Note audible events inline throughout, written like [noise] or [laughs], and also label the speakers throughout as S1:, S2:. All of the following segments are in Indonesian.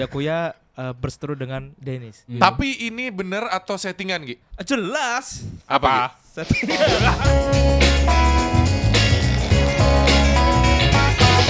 S1: Uya-Kuya eh, berseteru dengan Dennis.
S2: Tapi ini bener atau settingan, Gi?
S1: Ah,
S3: Eh,
S1: Jelas.
S2: Apa? Gi?
S3: [laughs]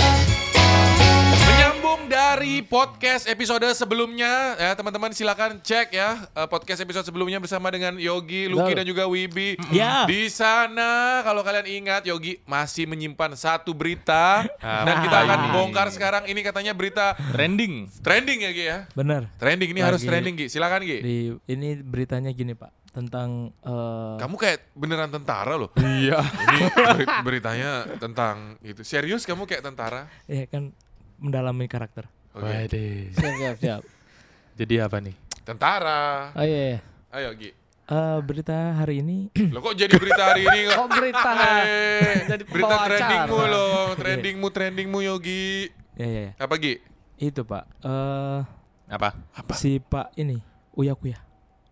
S2: Menyambung dari podcast episode sebelumnya ya teman-teman silakan cek ya eh, podcast episode sebelumnya bersama dengan Yogi, Lucky
S3: Betul.
S2: dan juga Wibi.
S1: Ya.
S2: Di sana kalau kalian ingat Yogi masih menyimpan satu berita dan kita akan bongkar sekarang ini katanya berita
S3: Trending.
S2: trending ya Gi ya.
S1: Bener.
S2: Trending ini harus
S1: Lagi.
S2: trending Gi. Silakan Gi.
S1: Di ini beritanya gini Pak tentang eh,
S2: Kamu kayak beneran tentara loh.
S3: Iya.
S2: Ini beri- beritanya tentang itu. Serius kamu kayak tentara?
S1: ya kan mendalami karakter.
S2: Oke.
S3: Waduh.
S4: siap siap siap
S3: Jadi apa nih?
S2: Tentara.
S4: oh iya, iya.
S2: Ayo Gi.
S1: Eh, berita hari ini [clears throat]
S2: Lo kok jadi berita hari ini kok?
S4: oh berita
S2: Eh,
S4: Jadi
S2: berita
S4: pembawa acara. Iya.
S2: trendingmu lo, trendingmu, trendingmu Yogi.
S1: ya ya, ya.
S2: Apa Gi?
S1: itu Pak eh
S3: Apa?
S1: si Pak ini Uya-Kuya.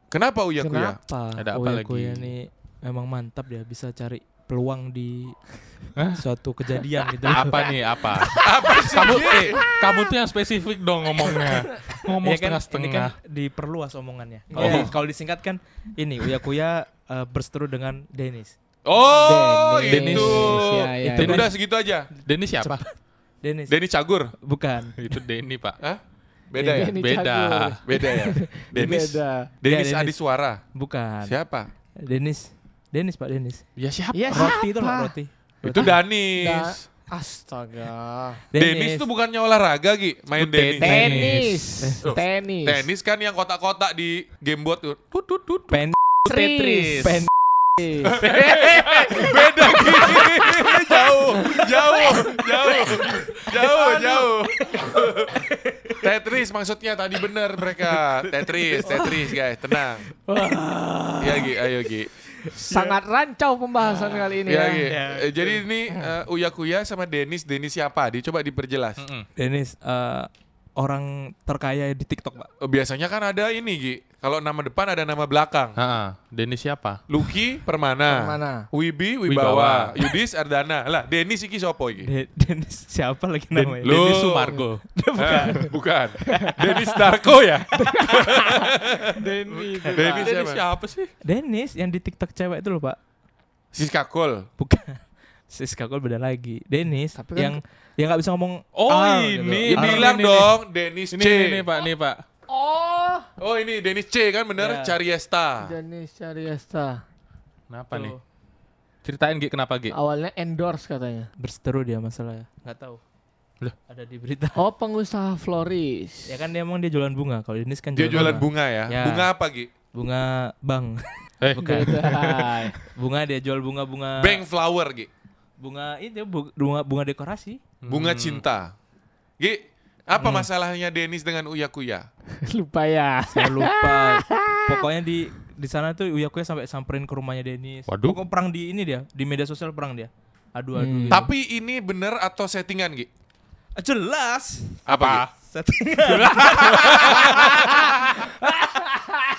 S2: Kenapa Uya Kuya?
S1: Kenapa
S3: Ada apa
S1: Uya-Kuya
S3: lagi?
S1: ini memang mantap dia bisa cari peluang di suatu
S3: [laughs]
S1: kejadian gitu.
S3: Apa nih? Apa?
S2: Apa sih?
S3: kamu
S2: Gi?
S3: eh, kamu tuh yang spesifik dong ngomongnya. Ngomong
S1: Iya kan, ini kan
S3: setengah-setengah.
S1: diperluas omongannya.
S4: Iya.
S1: Kalau di- kalau disingkat kan ini Uya-Kuya eh, berseteru dengan Dennis.
S2: Oh,
S3: Dennis. iya,
S2: itu.
S4: Ya, ya,
S1: Itu
S2: Itu
S1: kan-
S2: udah segitu aja.
S3: Denny siapa?
S1: Dennis.
S2: Denny Cagur.
S1: Bukan.
S3: Itu Denny, Pak.
S2: Hah? Beda ya?
S4: Denny Cagur.
S3: Beda.
S2: Beda
S4: [laughs]
S2: ya? Dennis.
S4: beda
S2: Dennis
S1: Iya, Dennis.
S2: Adiswara.
S1: Bukan.
S2: Siapa?
S1: Denis. Denis Pak Denis.
S3: Ya siapa?
S4: ya
S1: Roti itu loh
S4: siapa?
S1: roti.
S2: Itu Danis.
S4: astaga
S2: Dennis tuh bukannya olahraga, Gi. Main
S3: Itu Dennis.
S2: Dennis.
S4: tenis
S2: Loh,
S4: tenis
S2: Tenis kan yang kotak-kotak di gamebot tuh. Tut, tut, tut.
S1: pen
S4: Tetris.
S1: pen
S2: Beda Gi. jauh, jauh, jauh, jauh, jauh. Tetris maksudnya tadi bener mereka. Tetris, Tetris guys, tenang. Ya Gi, ayo Gi.
S4: sangat rancau pembahasan kali ini
S2: Ya,
S4: ya,
S2: Gi. Eh, Jadi ini eh, Uya Kuya sama Dennis, Dennis siapa? Dia coba diperjelas.
S1: Denis eh, orang terkaya di TikTok Pak.
S2: Eh, Biasanya kan ada ini Gi. Kalau nama depan ada nama belakang.
S3: Heeh. Denny siapa?
S2: Lucky Permana.
S4: Permana.
S2: Wibi Wibawa.
S3: Wibawa.
S2: Yudis Ardana. Lah, Dennis iki sopo iki?
S1: De- Dennis siapa lagi namanya?
S2: Lu-
S3: Denny Sumargo.
S2: bukan. Ah, bukan. Dennis Darko [laughs] ya?
S4: Denny
S2: Dennis
S3: Denny
S2: siapa?
S3: siapa sih?
S1: Denis yang di TikTok cewek itu loh Pak.
S2: Siska Kol.
S1: Bukan. [laughs] Siska Kol beda lagi. Denis
S4: Tapi
S1: yang
S4: kan-
S1: yang nggak bisa ngomong
S3: Oh,
S1: R
S2: Ya
S3: ini.
S1: Gitu. R.
S2: bilang
S3: ini,
S2: dong, Dennis
S3: Ini
S2: C.
S3: nih, nih, Pak, nih, Pak.
S4: oh
S2: Oh ini Dennis C kan
S1: Ya.
S2: bener? Cariesta.
S4: Denny Syariasta
S3: Kenapa
S1: Tuh.
S3: nih? Ceritain Gi kenapa Gi?
S4: awalnya endorse katanya
S1: berseteru dia masalah ya. nggak tahu
S3: Loh.
S1: ada di berita
S4: oh pengusaha floris
S1: ya kan dia emang dia jualan bunga kalau Denis kan
S2: Dia jualan bunga ya.
S1: Ya.
S2: Bunga apa Gi?
S1: bunga bang
S3: Eh,
S1: bukan
S4: beda
S1: [laughs] bunga dia jual bunga bunga
S2: Bank flower Gi.
S1: bunga itu bu- bunga bunga dekorasi
S2: Bunga cinta. Gi, apa masalahnya Dennis dengan Uya Kuya?
S4: [laughs] lupa ya
S1: saya
S2: [laughs]
S1: lupa pokoknya di di sana tuh Uya Kuya sampai samperin ke rumahnya Denis
S3: Waduh.
S1: Pokok perang di ini dia di media sosial perang dia adu adu
S2: Hmm.
S1: gitu.
S2: Tapi ini bener atau settingan Gi?
S1: Ah, jelas
S2: Apa? [laughs]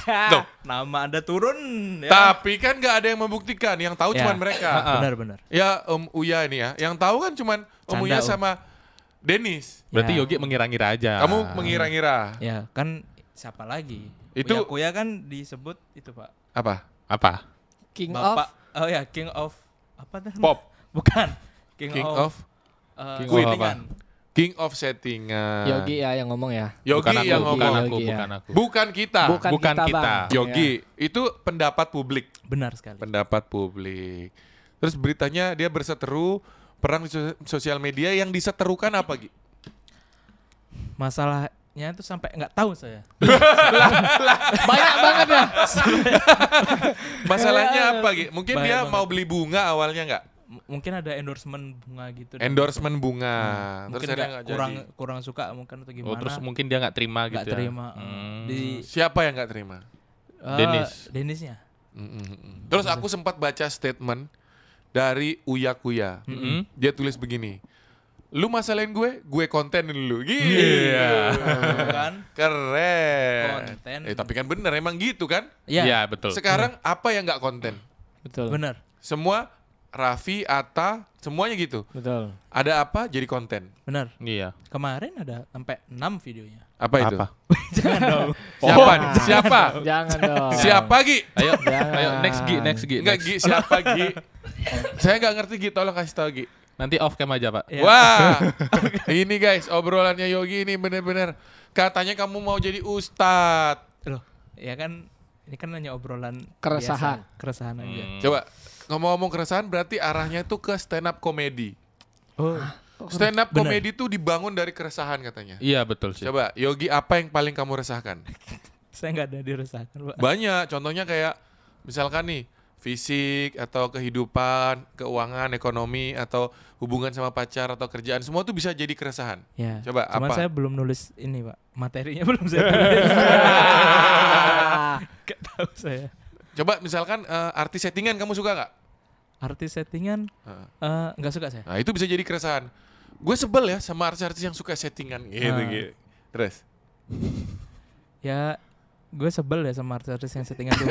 S2: Tuh.
S1: [laughs] nama anda turun
S2: Gi?
S1: ya.
S2: Tapi kan nggak ada yang membuktikan. Yang tahu
S1: Ya.
S2: cuman mereka.
S1: benar benar
S2: Ya Om Uya ini ya. Yang tahu kan cuman Om
S1: Canda,
S2: Uya
S1: Om.
S2: sama Dennis.
S3: Berarti
S1: Ya.
S3: Yogi mengira-ngira aja.
S2: Kamu mengira-ngira
S1: ya kan siapa lagi Uya
S2: Itu-
S1: Kuya kan disebut itu pak
S2: apa?
S3: apa?
S4: king
S1: Bapak
S4: of
S1: oh ya King of apa tuh?
S2: Pop.
S1: [laughs] Bukan. King,
S2: King
S1: of,
S2: of
S1: uh,
S3: King
S2: of apa?
S1: settingan.
S2: King of settingan.
S4: Yogi ya yang ngomong ya
S2: Yogi
S3: bukan aku,
S2: yang
S4: Yogi,
S3: bukan
S2: ngomong.
S3: aku,
S4: Yogi ya.
S3: bukan aku.
S2: Bukan kita.
S4: bukan,
S3: bukan
S4: kita,
S3: kita.
S4: Bang. Iya.
S2: Yogi itu pendapat publik,
S1: Benar sekali.
S2: pendapat publik. Terus beritanya dia berseteru perang di sos- sosial media yang diseterukan apa Gi?
S1: Masalahnya itu sampai nggak tahu
S2: [laughs]
S1: saya.
S4: Ya. banyak banget ya [laughs]
S2: Masalahnya apa Gi? Mungkin
S1: Bahaya
S2: dia
S1: banget.
S2: mau beli bunga awalnya nggak?
S1: M- mungkin ada endorsement bunga gitu.
S2: Endorsement bunga. Terus
S1: Hmm. mungkin
S2: ada
S1: nggak
S2: nggak
S1: kurang
S2: jadi.
S1: kurang suka mungkin atau gimana.
S3: Oh, terus mungkin dia nggak terima
S1: nggak
S3: gitu. ya.
S1: terima.
S3: Hmm.
S1: Di
S2: Siapa yang nggak terima? Mm,
S1: eh,
S3: Dennis.
S2: [laughs]
S1: Dennisnya.
S2: Mm-mm. Terus aku sempat baca statement dari Uya Kuya.
S3: Mm-mm.
S2: Dia tulis begini. Lu masalahin gue, gue konten dulu. Gitu.
S3: Iya.
S1: kan?
S2: Keren.
S1: Konten.
S2: Eh, tapi kan bener emang gitu kan?
S1: Iya.
S3: Iya, betul.
S2: Sekarang apa yang nggak konten?
S4: betul
S1: Benar.
S2: Semua Raffi, Atta, semuanya gitu.
S4: Betul.
S2: Ada apa jadi konten.
S1: Benar.
S3: Iya.
S1: Kemarin ada sampai 6 videonya.
S2: Apa itu?
S3: Apa?
S1: [laughs] Jangan dong.
S2: Siapa?
S4: Jangan.
S2: nih? Siapa?
S4: [laughs] Jangan dong.
S2: siapa Gi?
S1: [laughs]
S3: Ayo,
S1: Ya.
S3: ayo next Gi,
S4: Jangan.
S3: next Gi.
S2: Enggak
S3: next.
S2: Gi, siapa Gi? Saya nggak ngerti Gi, tolong kasih tau Gi.
S3: Nanti off cam aja, Pak.
S2: Iya.
S1: Ya. [laughs]
S2: Wah, ini guys obrolannya Yogi ini bener-bener katanya kamu mau jadi ustadz.
S1: Loh, ya kan ini kan hanya obrolan
S4: Keresahan.
S1: biasa. Keresahan aja.
S3: Hmm.
S2: Coba ngomong-ngomong keresahan berarti arahnya tuh ke stand up komedi.
S1: Oh,
S2: Stand up
S1: Bener.
S2: komedi tuh dibangun dari keresahan katanya.
S3: Iya, betul sih.
S2: Coba Yogi apa yang paling kamu resahkan?
S1: saya nggak ada diresahkan, Pak.
S2: Banyak, contohnya kayak misalkan nih fisik atau kehidupan, keuangan, ekonomi atau hubungan sama pacar atau kerjaan semua tuh bisa jadi keresahan.
S1: Ya.
S2: Coba,
S1: Cuman
S2: apa?
S1: saya belum nulis ini, Pak. Materinya [laughs] belum
S2: [laughs]
S1: saya
S4: [laughs]
S1: tulis. Gak tahu saya.
S2: Coba misalkan eh, artis settingan kamu suka nggak?
S1: Artis settingan
S2: Heeh.
S1: eh, nggak suka saya.
S2: Nah itu bisa jadi keresahan. Gue sebel ya sama artis-artis yang suka settingan gitu
S1: Ah.
S2: gitu. Terus
S1: Ya gue sebel ya sama artis-artis yang settingan
S2: [laughs]
S1: tuh.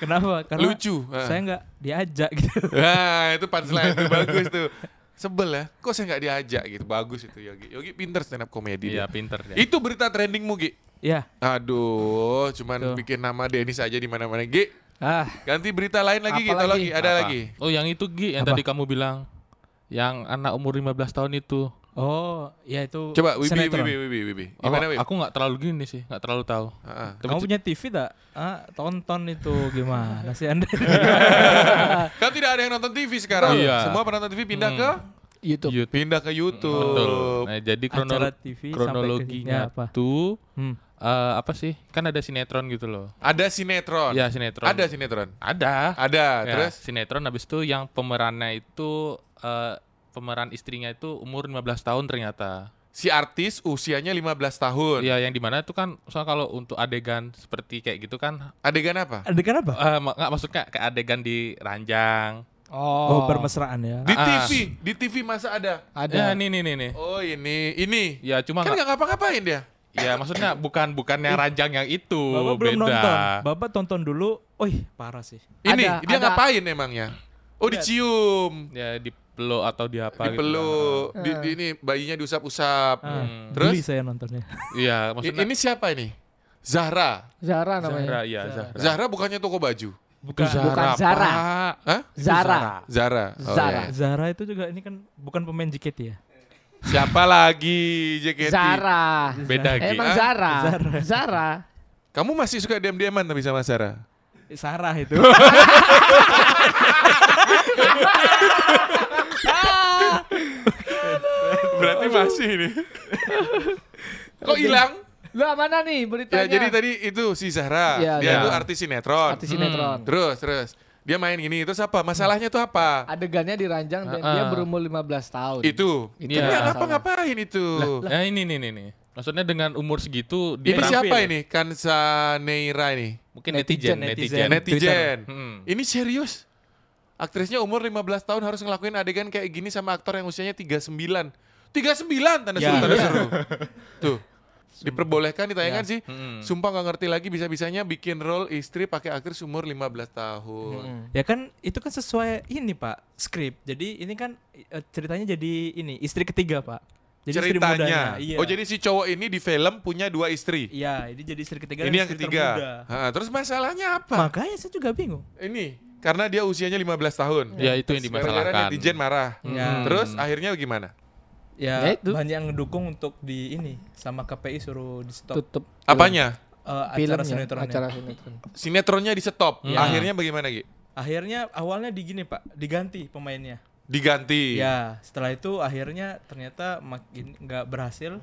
S1: Kenapa? Karena
S2: lucu. Ah.
S1: saya nggak diajak gitu. [laughs]
S2: Nah itu punchline tuh bagus tuh. Sebel ya, kok saya nggak diajak gitu. Bagus itu Yogi. Yogi pinter stand up komedi. dia.
S3: Iya, pinter dia.
S2: Itu berita trendingmu Gi.
S1: ya,
S2: Aduh, cuman
S1: Tuh.
S2: bikin nama Denis aja di mana-mana Gi.
S4: Ah,
S2: Ganti berita lain lagi Gi,
S4: Apa
S2: tolong
S4: lagi?
S2: Gi. Ada
S3: Apa?
S2: lagi.
S3: Oh, yang itu Gi yang
S1: Apa?
S3: tadi kamu bilang. Yang anak umur 15 tahun itu.
S1: oh, ya itu
S2: Coba Wibi,
S1: sinetron.
S2: Wibi, Wibi, Wibi.
S3: Aku,
S2: Gimana Wibi?
S3: aku nggak terlalu gini sih, nggak terlalu tahu.
S2: Ah, ah.
S3: Tapi
S1: Kamu
S3: c-
S1: punya TV tak? Ah, tonton itu gimana sih
S2: [laughs]
S1: Anda?
S2: Kan tidak ada yang nonton TV sekarang.
S3: Iya.
S2: Semua penonton TV pindah
S3: Hmm.
S2: ke
S4: YouTube.
S3: YouTube.
S2: pindah ke
S3: Betul.
S2: YouTube.
S3: Nah, jadi krono-
S1: Acara TV sampai ke-
S3: kronologinya
S1: ya, apa?
S3: tuh
S1: Hmm.
S3: eh, apa sih? Kan ada sinetron gitu loh.
S2: Ada sinetron.
S3: Iya, sinetron.
S2: Ada sinetron.
S3: Ada.
S2: Ada.
S3: Ya,
S2: Terus
S3: sinetron habis itu yang pemerannya itu eh, pemeran istrinya itu umur 15 tahun ternyata.
S2: si artis usianya 15 tahun.
S3: Iya, yang dimana itu kan soal kalau untuk adegan seperti kayak gitu kan
S2: Adegan apa?
S1: Adegan apa?
S3: eh, ma- nggak maksudnya kayak adegan di ranjang.
S1: Oh,
S4: Oh,
S1: bermesraan ya.
S2: Di
S3: Ah.
S2: TV, di TV masa ada.
S3: Ya,
S4: ada.
S3: nih nih nih nih.
S2: Oh, ini, ini.
S3: Ya cuma
S2: Kan
S3: nggak-
S2: nggak ngapa-ngapain dia.
S3: ya maksudnya bukan bukan yang ranjang yang itu,
S2: oh,
S1: Bapak
S3: beda.
S1: belum nonton. Bapak tonton dulu. Wih, parah sih.
S2: Ini,
S4: Ada,
S2: dia
S4: ada.
S2: ngapain emangnya? Oh, dicium.
S3: Ya dipeluk atau di apa gitu.
S2: Dipeluk, di, di- ini bayinya diusap-usap.
S1: Ah,
S3: Hmm.
S2: Terus?
S1: Geli saya nontonnya.
S2: I-
S3: Iya, maksudnya
S2: ini siapa ini? Zahra.
S3: Zahra,
S4: Zara namanya.
S3: iya Zahra.
S2: Zahra bukannya toko baju.
S1: Bukan.
S4: Bukan
S3: Zara,
S4: Zara.
S2: Pak. Hah?
S4: Zara.
S2: Zara. Oh,
S4: Zara.
S2: iya.
S1: Zara itu juga ini kan bukan pemain JKT ya.
S2: Siapa lagi JKT?
S4: Zara.
S3: Beda gitu. Gi.
S4: Emang
S2: Ah,
S4: Zara.
S1: Zara.
S4: Zara.
S2: Kamu masih suka diam-diaman tapi sama Zara? Eh,
S1: Sarah itu.
S2: Berarti masih ini. Kok hilang?
S4: Lah mana nih beritanya?
S2: Ya, jadi tadi itu si Zahra,
S4: Iya,
S2: dia
S3: iya.
S2: itu artis sinetron.
S4: artis sinetron.
S2: Hmm, Terus, terus. Dia main gini, terus apa? Masalahnya tuh apa?
S4: Adegannya diranjang dan dia
S3: Ah.
S4: berumur 15 tahun.
S2: Itu.
S4: Itu
S2: Itu
S3: yang
S2: ya,
S4: masalah.
S2: ngapa-ngapain itu.
S3: Ya ini nih nih nih. Maksudnya dengan umur segitu di
S2: Ini siapa ini? Kansa Neira ini.
S3: Mungkin netizen,
S1: Netizen,
S3: netizen.
S2: Netizen.
S3: Iya, Hmm.
S2: Ini serius. Aktrisnya umur 15 tahun harus ngelakuin adegan kayak gini sama aktor yang usianya 39. 39 tanda
S1: Ya,
S2: seru, tanda
S1: iya.
S2: seru. Tuh. Diperbolehkan ditayangkan sih.
S3: Mm-mm.
S2: Sumpah nggak ngerti lagi bisa-bisanya bikin role istri pakai aktris umur 15 tahun.
S1: [laughs] Ya kan itu kan sesuai ini Pak skrip. Jadi ini kan eh, ceritanya jadi ini istri ketiga Pak. Jadi istri mudanya.
S2: Ceritanya.
S1: Iya.
S2: Oh, jadi si cowok ini di film punya dua istri.
S1: Iya, ini jadi istri ketiga.
S2: ini
S1: dan
S2: yang
S1: istri termuda.
S2: ketiga. Ha, terus masalahnya apa?
S1: Makanya saya juga bingung.
S2: Ini karena dia usianya 15 tahun.
S3: Ya itu yang
S2: Gara-gara
S3: dimasalahkan.
S2: netizen marah.
S1: Ya.
S2: Terus akhirnya gimana?
S1: Ya,
S4: Ya itu.
S1: banyak yang ngedukung untuk di ini sama KPI suruh di stop
S4: tutup
S2: Apanya?
S1: eh, acara
S4: filmnya,
S1: sinetronnya.
S4: acara sinetron. ya?
S2: Sinetronnya di stop.
S1: Ya.
S3: Hmm.
S2: Akhirnya bagaimana, Gi?
S1: Akhirnya awalnya di gini Pak, diganti pemainnya.
S2: Diganti.
S1: Ya, setelah itu akhirnya ternyata makin nggak berhasil.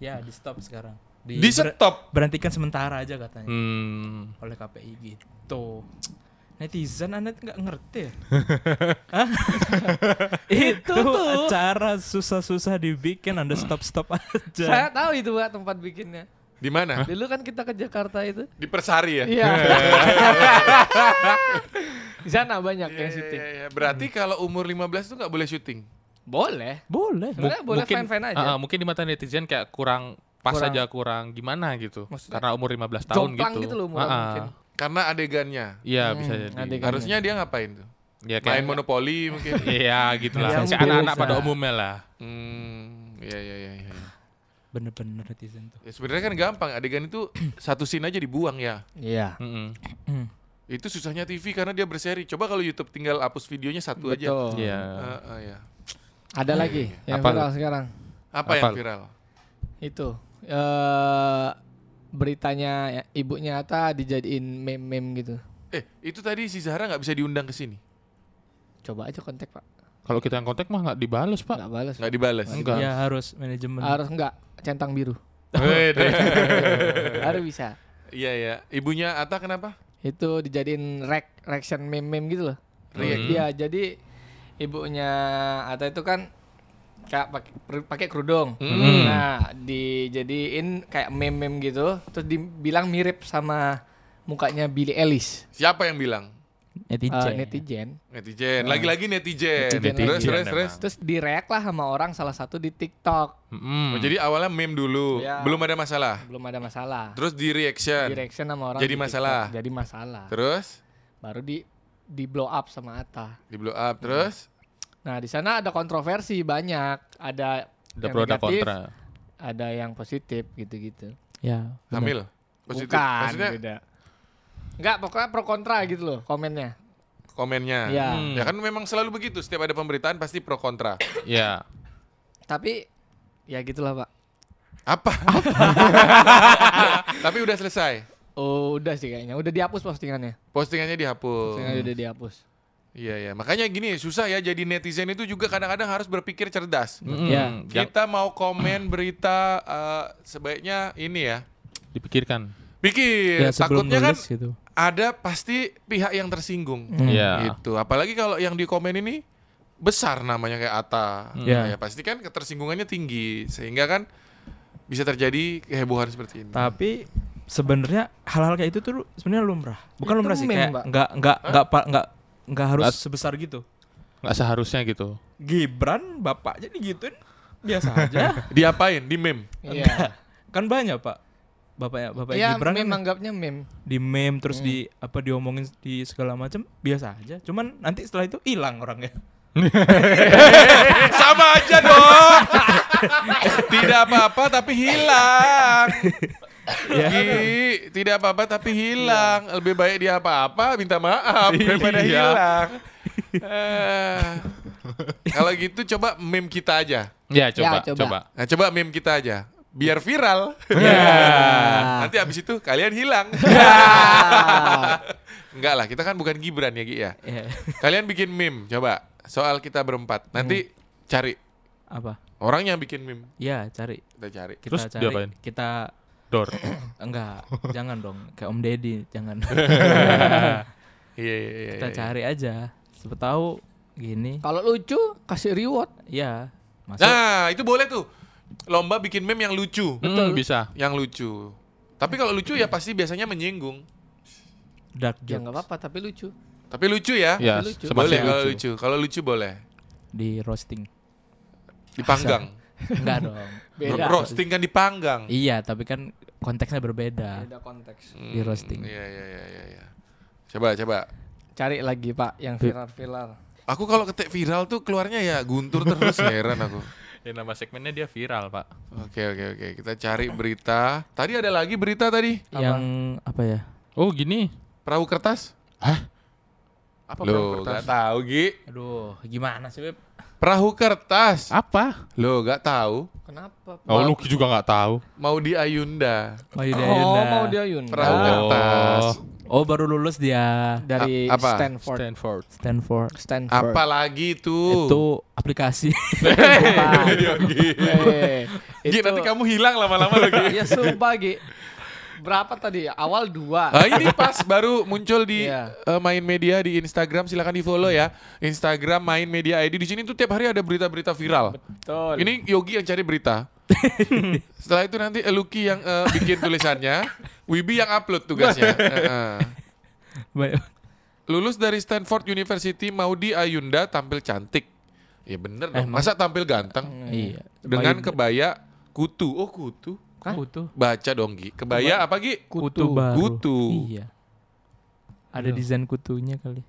S1: Ya, di stop sekarang. Di,
S2: Di
S1: ber-
S2: stop.
S1: berhentikan sementara aja katanya
S3: Hmm.
S1: oleh KPI gitu. Netizen Anda nggak ngerti [laughs] ya? [laughs] Hah? itu tuh acara susah-susah dibikin Anda stop-stop
S4: [laughs]
S1: aja.
S4: Saya tahu itu Pak tempat bikinnya.
S2: Di mana?
S4: Dulu kan kita ke Jakarta itu.
S2: Di Persari ya.
S4: Iya. Di sana banyak yang syuting.
S2: iya, iya. Berarti
S1: Hmm.
S2: kalau umur 15 itu nggak boleh syuting.
S4: Boleh.
S1: Boleh.
S4: Sebenarnya boleh
S3: mungkin-
S4: fan-fan aja.
S3: Ah, ah, mungkin di mata netizen kayak kurang pas
S4: Kurang.
S3: aja kurang gimana gitu.
S4: Maksudnya
S3: Karena umur 15 tahun
S4: Jomplang
S3: gitu.
S4: gitu loh umur
S3: Ah, ah.
S4: mungkin.
S2: Karena adegannya.
S3: Iya
S4: Hmm,
S3: bisa jadi.
S4: adegan.
S2: Harusnya dia ngapain tuh?
S3: Ya
S2: Main
S3: kayak
S2: monopoli mungkin. [laughs]
S3: Iya gitu lah.
S1: Yang
S3: Kayak anak-anak
S1: bisa.
S3: pada umumnya lah.
S2: Hmm, iya iya iya iya.
S1: Bener-bener netizen tuh.
S2: Ya, sebenarnya kan gampang, adegan itu [clears throat] satu scene aja dibuang ya.
S4: Iya.
S3: Mm-mm.
S2: Itu susahnya TV karena dia berseri. Coba kalau YouTube tinggal hapus videonya satu aja.
S4: Betul.
S3: Iya.
S2: Eh, eh, ya.
S4: Ada lagi yang
S3: Apa?
S4: viral sekarang.
S2: Apa, yang
S3: Apa?
S2: viral?
S4: Itu eh beritanya ya, ibunya Ata dijadiin meme-meme gitu.
S2: Eh, itu tadi si Zahra nggak bisa diundang ke sini.
S4: Coba aja kontak, Pak.
S3: Kalau kita yang kontak mah nggak dibales pak.
S4: Enggak balas.
S2: Nggak dibales.
S3: Enggak.
S1: Ya harus manajemen.
S4: Harus enggak centang biru.
S3: [laughs]
S4: Harus bisa.
S2: Iya ya. Ibunya Ata kenapa?
S4: Itu dijadiin rec reaction meme-meme gitu loh.
S2: React.
S4: Iya, jadi ibunya Ata itu kan kayak pakai pakai kerudung.
S2: Hmm.
S4: Nah, dijadiin kayak meme-meme gitu, terus dibilang mirip sama mukanya Billy Ellis.
S2: Siapa yang bilang?
S1: netizen.
S4: ah, netizen.
S2: Netizen. Lagi-lagi netizen.
S4: Netizen,
S2: Terus
S3: netizen
S2: terus terus.
S3: emang.
S4: Terus direk lah sama orang salah satu di TikTok.
S2: Oh,
S3: Mm-mm.
S2: jadi awalnya meme dulu,
S4: Iya.
S2: belum ada masalah.
S4: Belum ada masalah.
S2: Terus di reaction.
S4: Direction sama orang
S2: kan. Jadi
S4: di TikTok.
S2: masalah.
S4: Jadi masalah.
S2: Terus
S4: Baru di di blow up sama Atta.
S2: di blow up terus.
S4: Nah, di sana ada kontroversi banyak, ada
S3: ada
S4: yang
S3: pro ada
S4: negatif,
S3: kontra.
S4: ada yang positif gitu-gitu.
S1: Ya. bener.
S2: Hamil. Positif.
S4: Bukan,
S2: Maksudnya
S4: beda. Enggak, pokoknya pro kontra gitu loh komennya.
S2: komennya.
S4: Iya.
S3: Hmm.
S2: Ya kan memang selalu begitu. Setiap ada pemberitaan pasti pro kontra.
S3: Iya.
S4: Tapi ya gitulah, Pak.
S2: Apa? [laughs] Tapi udah selesai.
S4: Oh, udah sih kayaknya. Udah dihapus postingannya.
S2: Postingannya dihapus.
S4: Postingannya udah dihapus.
S2: Iya ya. Makanya gini susah ya jadi netizen itu juga kadang-kadang harus berpikir cerdas.
S1: Hmm.
S3: Mm-mm.
S4: Ya.
S3: Jangan
S2: Kita mau komen berita eh, sebaiknya ini ya.
S3: dipikirkan.
S2: Pikir.
S1: Ya sebelum
S2: Takutnya kan
S1: nulis gitu.
S2: ada pasti pihak yang tersinggung.
S3: Iya.
S2: Gitu. Apalagi kalau yang di komen ini besar namanya kayak Ata.
S1: Iya.
S2: Ya pasti kan ketersinggungannya tinggi sehingga kan bisa terjadi kehebohan seperti ini.
S1: Tapi sebenarnya hal-hal kayak itu tuh sebenarnya lumrah. Bukan
S4: Itu
S1: lumrah sih
S4: meme, Pak.
S1: kayak nggak nggak nggak pa- nggak nggak harus
S3: Nggak-
S1: sebesar gitu.
S3: Nggak seharusnya gitu.
S1: Gibran bapaknya digituin
S2: [laughs]
S1: biasa aja.
S2: Diapain? Di meme.
S4: Iya.
S1: kan banyak Pak. Bapaknya bapak
S4: Iya,
S1: Gibran
S4: meme
S1: kan
S4: anggapnya meme.
S1: di meme
S4: Hmm.
S1: terus di apa diomongin di segala macam biasa aja. Cuman nanti setelah itu hilang orangnya.
S2: Eh, Sama aja dong. Tidak apa-apa tapi hilang. Gi, tidak apa-apa tapi hilang. Lebih baik dia apa-apa minta maaf daripada
S3: Iya.
S2: hilang. Eh, Kalau gitu coba meme kita aja.
S3: Ya coba,
S4: coba.
S3: coba.
S2: Nah, coba meme kita aja. Biar viral. [laughs] Nanti abis itu kalian hilang. [laughs] Enggak lah, kita kan bukan Gibran ya, Gi ya.
S1: [laughs] Ya.
S2: Kalian bikin meme coba soal kita berempat. Nanti cari
S1: apa?
S2: orang yang bikin meme.
S1: Ya, cari.
S2: Kita cari.
S1: Kita
S3: Terus
S1: cari.
S3: diapain?
S1: Kita
S4: [clears throat]
S3: Dor.
S1: enggak, jangan dong kayak Om Deddy, jangan.
S2: Iya, iya, iya.
S1: kita
S2: iya.
S1: cari aja. Siapa tahu gini.
S4: Kalau lucu kasih reward.
S1: Ya, masuk
S2: Nah, itu boleh tuh. Lomba bikin meme yang lucu.
S3: Mm, bisa.
S2: Yang lucu. Tapi kalau lucu ya pasti biasanya menyinggung.
S1: dark
S4: Ya
S1: joke
S4: enggak apa-apa tapi lucu.
S2: Tapi lucu ya.
S3: Ya,
S2: Boleh
S4: Lucu.
S3: semasih
S2: kalau
S3: lucu.
S2: lucu. Kalau lucu boleh.
S1: di roasting.
S2: Dipanggang.
S1: Enggak dong.
S4: Beda.
S2: Roasting kan dipanggang.
S1: Iya, tapi kan konteksnya berbeda.
S4: Beda konteks.
S1: Di roasting.
S2: Iya iya iya iya. iya. Coba coba.
S4: Cari lagi, Pak, yang viral-viral.
S2: Aku kalau ketik viral tuh keluarnya ya guntur terus heran aku.
S3: Ya, nama segmennya dia viral pak.
S2: Oke oke oke. Kita cari berita. Tadi ada lagi berita tadi.
S1: Yang apa ya?
S3: Oh gini.
S2: Perahu kertas. Hah? Apa perahu
S3: Loh,
S2: kertas? Gak tahu Gi.
S1: Aduh, gimana sih, Beb?
S2: Perahu kertas.
S3: Ah. Apa?
S2: Lo gak tahu.
S4: Kenapa?
S3: Oh Lucky juga nggak tahu.
S2: Mau di Ayunda.
S1: Oh, iya,
S4: Oh,
S1: Yunda.
S4: mau dia Yunda.
S2: Perahu
S3: Oh.
S2: kertas.
S1: Oh, baru lulus dia
S4: dari
S2: A- apa?
S3: Oh.
S4: Stanford.
S3: Stanford.
S1: Stanford.
S4: Stanford.
S2: Apalagi tuh.
S1: Itu aplikasi. [laughs]
S2: [laughs]
S4: Eh,
S2: Iya, Gi
S4: itu-
S2: nanti kamu hilang lama-lama
S4: [laughs]
S2: lagi.
S4: ya sumpah, Gi. Berapa tadi? Awal dua.
S2: Ah, ini pas baru muncul di
S4: Iya.
S2: eh, Main Media di Instagram, silakan di follow ya. Instagram Main Media ID di sini tuh tiap hari ada berita-berita viral.
S4: Betul.
S2: Ini Yogi yang cari berita. Setelah itu nanti eh, Lucky yang eh, bikin tulisannya, Wibi yang upload tugasnya. Heeh.
S1: Baik.
S2: Lulus dari Stanford University, Maudi Ayunda tampil cantik. Ya bener dong.
S1: Emang.
S2: Masa tampil ganteng
S1: iya.
S2: dengan kebaya kutu. Oh kutu.
S1: Kutu.
S2: Baca dong Gi. Kebaya apa Gi?
S1: Kutu baru.
S2: Kutu.
S1: Iya. Ada desain kutunya kali.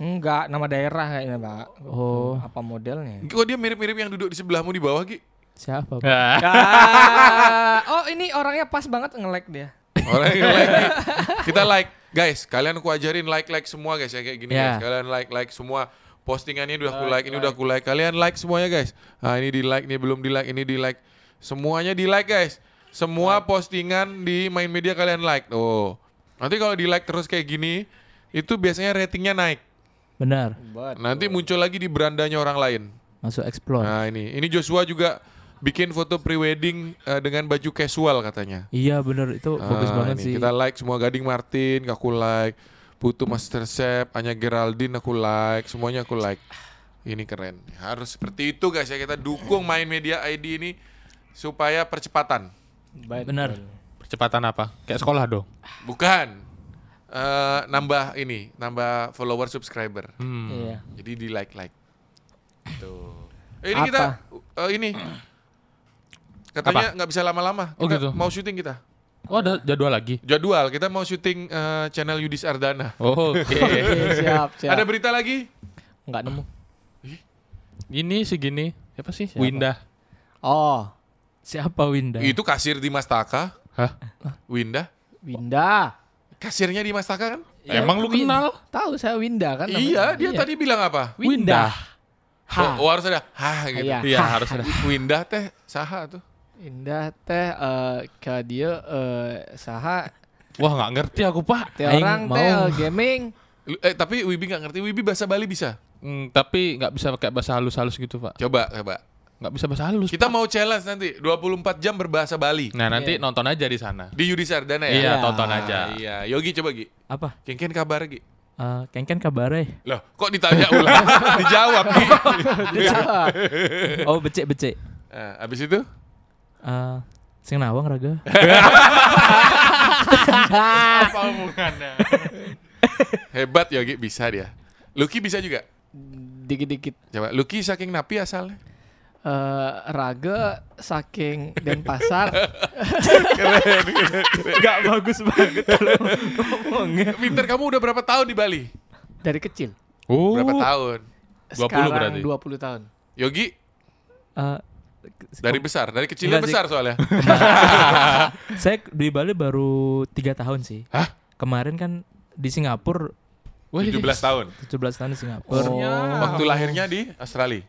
S4: Enggak, nama daerah kayaknya, Pak.
S1: Oh.
S4: Apa modelnya?
S2: Kok dia mirip-mirip yang duduk di sebelahmu di bawah, Ki?
S1: Siapa? Pak?
S3: Ah.
S4: Ah, oh, ini orangnya pas banget nge-lag dia.
S2: Orang yang like. Ki. Kita like. Guys, kalian aku ajarin like-like semua guys ya kayak gini
S1: Ya.
S2: guys. Kalian like-like semua. Postingannya udah aku like, ini udah aku like. Kalian like semuanya guys. Nah, ini di like, ini belum di like, ini di like. Semuanya di like guys. Semua postingan di main media kalian like. Tuh. Nanti kalau di like terus kayak gini, itu biasanya ratingnya naik.
S1: Benar.
S2: Nanti muncul lagi di berandanya orang lain.
S1: Masuk explore.
S2: Nah ini, ini Joshua juga bikin foto prewedding eh, dengan baju casual katanya.
S1: Iya benar itu bagus
S2: Ah,
S1: banget
S2: ini.
S1: sih.
S2: Kita like semua Gading Martin, aku like. Putu Master Chef, Anya Geraldine aku like, semuanya aku like. Ini keren. Harus seperti itu guys ya kita dukung main media ID ini supaya percepatan.
S1: Benar.
S3: Percepatan apa? Kayak sekolah dong.
S2: Bukan eh, nambah ini, nambah follower subscriber.
S3: Hmm.
S4: Iya.
S2: Jadi di like like. Tuh. Eh, ini
S4: Apa?
S2: kita eh, ini katanya nggak bisa lama-lama.
S3: Oh,
S2: Kita
S3: gitu.
S2: Mau syuting kita.
S3: Oh ada jadwal lagi.
S2: Jadwal kita mau syuting eh, channel Yudis Ardana.
S3: Oh, Oke.
S4: Oke, siap, siap.
S2: Ada berita lagi?
S4: Enggak nemu.
S3: [laughs] Ini segini. Siapa sih? Winda.
S4: Oh,
S1: Siapa Winda?
S2: Itu kasir di Mastaka,
S3: Hah?
S2: Winda.
S4: Winda.
S2: Kasirnya di Mastaka kan?
S3: Emang lu kenal?
S4: Ya, Tahu saya Winda kan namanya.
S2: iya, dia tadi bilang apa?
S4: Winda. Ha.
S2: Oh, oh, harus ada ha gitu.
S4: Iya.
S3: Iya harus ada.
S2: Winda teh saha tuh.
S4: Winda teh eh ke dia eh saha
S3: Wah nggak ngerti aku pak.
S4: teh
S1: Aing
S4: orang
S1: mau.
S4: teh eh, gaming.
S2: Lu- Eh, tapi Wibi nggak ngerti. Wibi bahasa Bali bisa.
S3: Hmm, tapi nggak bisa pakai bahasa halus-halus gitu pak.
S2: Coba, coba.
S3: Nggak bisa bahasa halus.
S2: Kita mau challenge nanti 24 jam berbahasa Bali
S3: Nah nanti nonton aja di sana.
S2: di Yudis Ardana ya.
S3: Iya
S4: Iya.
S3: tonton
S2: Ah,
S3: aja.
S2: Iya, Yogi coba Gi.
S1: Apa?
S2: Kengken kabar Gi.
S1: Eh, Kengken kabarnya?
S2: Loh, kok ditanya ulang? Dijawab Gi.
S1: Oh becek becek.
S2: Eh, abis itu?
S1: Eh, sing nawang raga.
S2: Apa hubungannya? Hebat Yogi bisa dia. Lucky bisa juga.
S4: Dikit-dikit
S2: Coba Lucky saking napi asalnya.
S4: eh Raga saking Denpasar.
S1: Gak bagus banget kalau ngomongnya.
S2: Winter kamu udah berapa tahun di Bali?
S4: dari kecil.
S3: Oh.
S2: Berapa tahun?
S3: 20 berarti.
S4: Sekarang 20 tahun.
S2: Yogi [laughs]
S1: Eh,
S2: dari besar, dari
S1: Enggak
S2: kecilnya
S1: sih.
S2: besar soalnya.
S1: saya di Bali baru tiga tahun sih.
S2: Hah?
S1: Kemarin kan di Singapura
S2: 17 tahun. Ya.
S1: 17 tahun di
S2: Oh.
S1: Singapura.
S4: Oh.
S1: Eh
S4: Ya.
S2: Waktu lahirnya di Australia.